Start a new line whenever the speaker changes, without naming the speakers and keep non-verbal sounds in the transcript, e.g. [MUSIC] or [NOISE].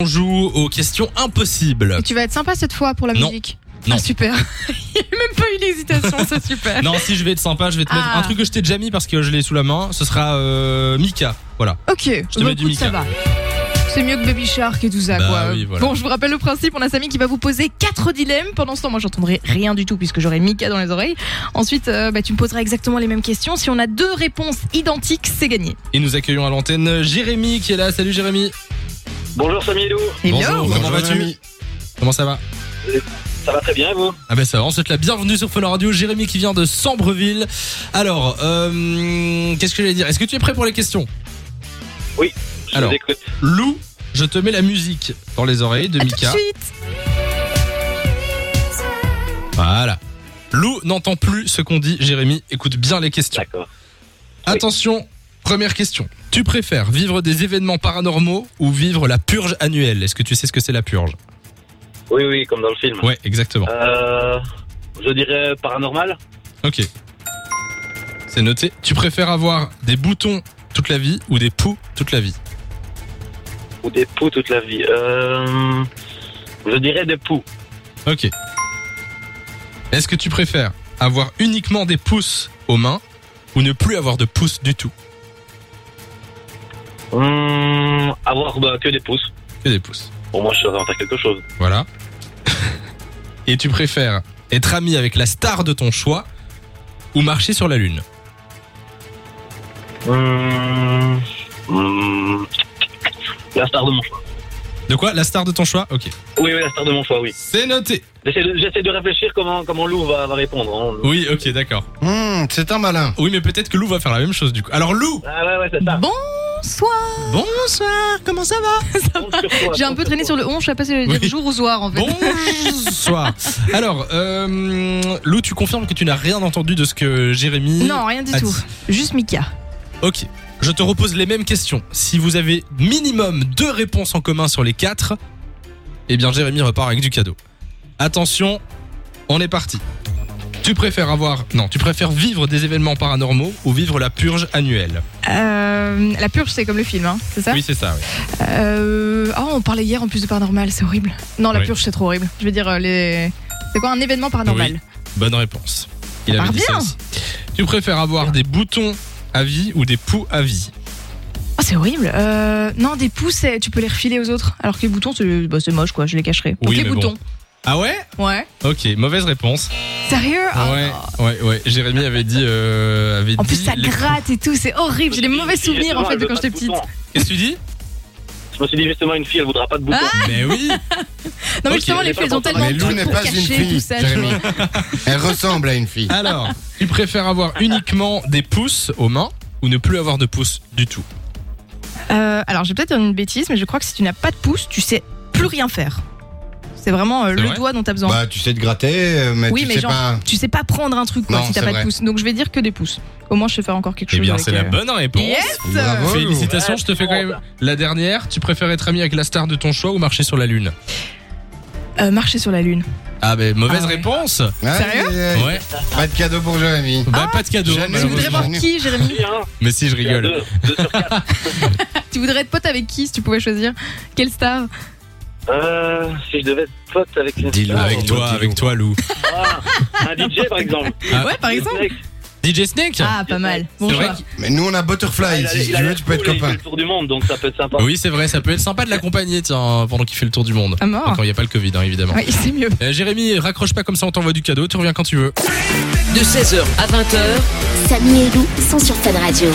On joue aux questions impossibles.
Et tu vas être sympa cette fois pour la
Non.
musique.
Non. [LAUGHS]
Ah, super. Il n'y a même pas eu d'hésitation, c'est super.
Non, si je vais être sympa, je vais te mettre
Ah.
un truc que je t'ai déjà mis parce que je l'ai sous la main. Ce sera euh, Mika. Voilà.
Ok,
te mets du
écoute, ça
Mika.
va. C'est mieux que Baby Shark et tout ça,
Bah
quoi.
oui, voilà.
Bon, je vous rappelle le principe. On a Samy qui va vous poser quatre dilemmes. Pendant ce temps, moi, j'entendrai rien du tout puisque j'aurai Mika dans les oreilles. Ensuite, euh, bah, tu me poseras exactement les mêmes questions. Si on a deux réponses identiques, c'est gagné.
Et nous accueillons à l'antenne Jérémy qui est là. Salut Jérémy.
Bonjour Samy Elou,
Hello.
comment vas-tu Comment ça va
ça va très bien et vous
Ah ben ça va, on te souhaite la bienvenue sur Fun Radio. Jérémy qui vient de Sambreville. Alors, euh, qu'est-ce que j'allais dire Est-ce que tu es prêt pour les questions
Je
Alors.
vous écoute.
Lou, je te mets la musique dans les oreilles de
À tout de
Mika.
suite.
Voilà. Lou n'entend plus ce qu'on dit. Jérémy, écoute bien les questions.
D'accord. Oui.
Attention, première question. Tu préfères vivre des événements paranormaux ou vivre la purge annuelle Est-ce que tu sais ce que c'est la purge
Oui, oui, comme dans le film.
Ouais, exactement.
Euh, je dirais paranormal.
Ok. C'est noté. Tu préfères avoir des boutons toute la vie ou des poux toute la vie
Ou des poux toute la vie. Euh, je dirais des poux.
Ok. Est-ce que tu préfères avoir uniquement des pouces aux mains ou ne plus avoir de pouces du tout
Hum, avoir bah, que des pouces.
Que des pouces.
Pour moi, je saurais en faire quelque chose.
Voilà. [LAUGHS] Et tu préfères être ami avec la star de ton choix ou marcher sur la lune
Hum, hum, la star de mon choix.
De quoi La star de ton choix Ok.
Oui, oui, la star de mon choix, oui.
C'est noté.
J'essaie de, j'essaie de réfléchir comment, comment Lou va, va répondre. hein.
Oui, ok, d'accord.
Hmm, c'est un malin.
Oui, mais peut-être que Lou va faire la même chose du coup. Alors Lou
Ah ouais, ouais,
[LAUGHS]
c'est ça.
Bonsoir.
Bonsoir, Ah, comment ça va
Compte sur toi,
J'ai un
compte
peu
sur
traîné
toi.
sur le on, je sais pas si je vais dire
Oui.
jour ou soir en fait.
[LAUGHS] Bonsoir. Alors, euh, Lou, tu confirmes que tu n'as rien entendu de ce que Jérémy...
Non, rien du
Ah,
tout.
si.
Juste Mika.
Ok. Je te repose les mêmes questions. Si vous avez minimum deux réponses en commun sur les quatre, eh bien Jérémy repart avec du cadeau. Attention, on est parti. Tu préfères avoir... Non, tu préfères vivre des événements paranormaux ou vivre la purge annuelle
Euh, la purge, c'est comme le film, hein, c'est ça
Oui, c'est ça, oui.
Euh, Ah, on parlait hier en plus de paranormal, c'est horrible. Non, la
Oui.
purge, c'est trop horrible. Je veux dire, euh, les. C'est quoi un événement paranormal
Bonne réponse. Il
Ah,
avait dit
bien.
ça aussi. Tu préfères avoir des boutons à vie ou des poux à vie
Ah, c'est horrible. Euh, non, des pouces, c'est- tu peux les refiler aux autres. Alors que les boutons, c'est bah, c'est moche, quoi, je les cacherai. Donc
Oui,
les
mais
boutons.
Ah ouais
Ouais.
Ok, mauvaise réponse.
Sérieux Ah,
ouais,
non.
ouais, ouais. Jérémy avait dit. euh, avait
En plus,
dit
ça
les-
gratte et tout, c'est horrible. J'ai des mauvais souvenirs en fait de quand j'étais petite.
Justement,
Qu'est-ce que tu dis
Je me suis dit justement, une fille, elle voudra pas de bouton.
Ah
Mais oui
Non, mais
Ok,
justement, les
mais
filles, elles ont
pas
tellement
Mais
de
Lou
trucs
n'est
pour
pas une
cacher tout
fille,
ça.
Jérémy. Elle ressemble à une
Ah,
fille.
Alors, tu préfères avoir uniquement des pouces aux mains ou ne plus avoir de pouces du tout
Euh, alors, j'ai peut-être une bêtise, mais je crois que si tu n'as pas de pouce, tu sais plus rien faire. C'est vraiment euh,
C'est
le
vrai
doigt dont t'as besoin.
Bah, tu sais te gratter, euh, mais
Oui,
tu
mais
sais
genre-
pas.
tu sais pas prendre un truc quoi,
Non,
si t'as
c'est
pas
vrai.
de pouce. Donc je vais dire que des pouces. Au moins je sais faire encore
Eh
quelque chose. avec, euh,
bonne réponse
Yes
Bravo.
Félicitations,
Ouais,
je te fais quand
c'est bon,
même la dernière. Tu préfères être ami avec la star de ton choix ou marcher sur la lune
Euh, Marcher sur la lune.
Ah, mais mauvaise
Ah ouais.
réponse
Sérieux
Aïe, aïe, aïe.
Ouais,
Pas de cadeau pour Jérémy.
bah pas de cadeau.
Jamais.
Tu voudrais
malheureusement.
voir qui, Jérémy
Oui, hein.
Mais si, je
Il y a
rigole.
deux- deux sur quatre.
Tu voudrais être pote avec qui si tu pouvais choisir Quelle star
Euh, si je devais être pote avec une
Dis-le
star,
Avec
Oh,
toi,
petit
avec
loup.
toi, Lou.
ah, un DJ par exemple.
Ah.
Ouais, par exemple.
DJ Snake
Ah, pas mal. Bon
C'est vrai
choix.
Mais nous, on a Butterfly.
il a-
si
il
tu
a
veux,
l'air
tu peux être
cool et il fait
copain.
le tour du monde, donc ça peut être sympa.
Oui, c'est vrai, ça peut être sympa de l'accompagner, tiens, pendant qu'il fait le tour du monde.
À Ah, mort.
Quand il n'y a pas le Covid, hein, évidemment.
Oui, c'est mieux.
Euh, Jérémy, raccroche pas comme ça, on t'envoie du cadeau, tu reviens quand tu veux.
de 16h à 20h,
Samy et Lou sont sur Fun Radio.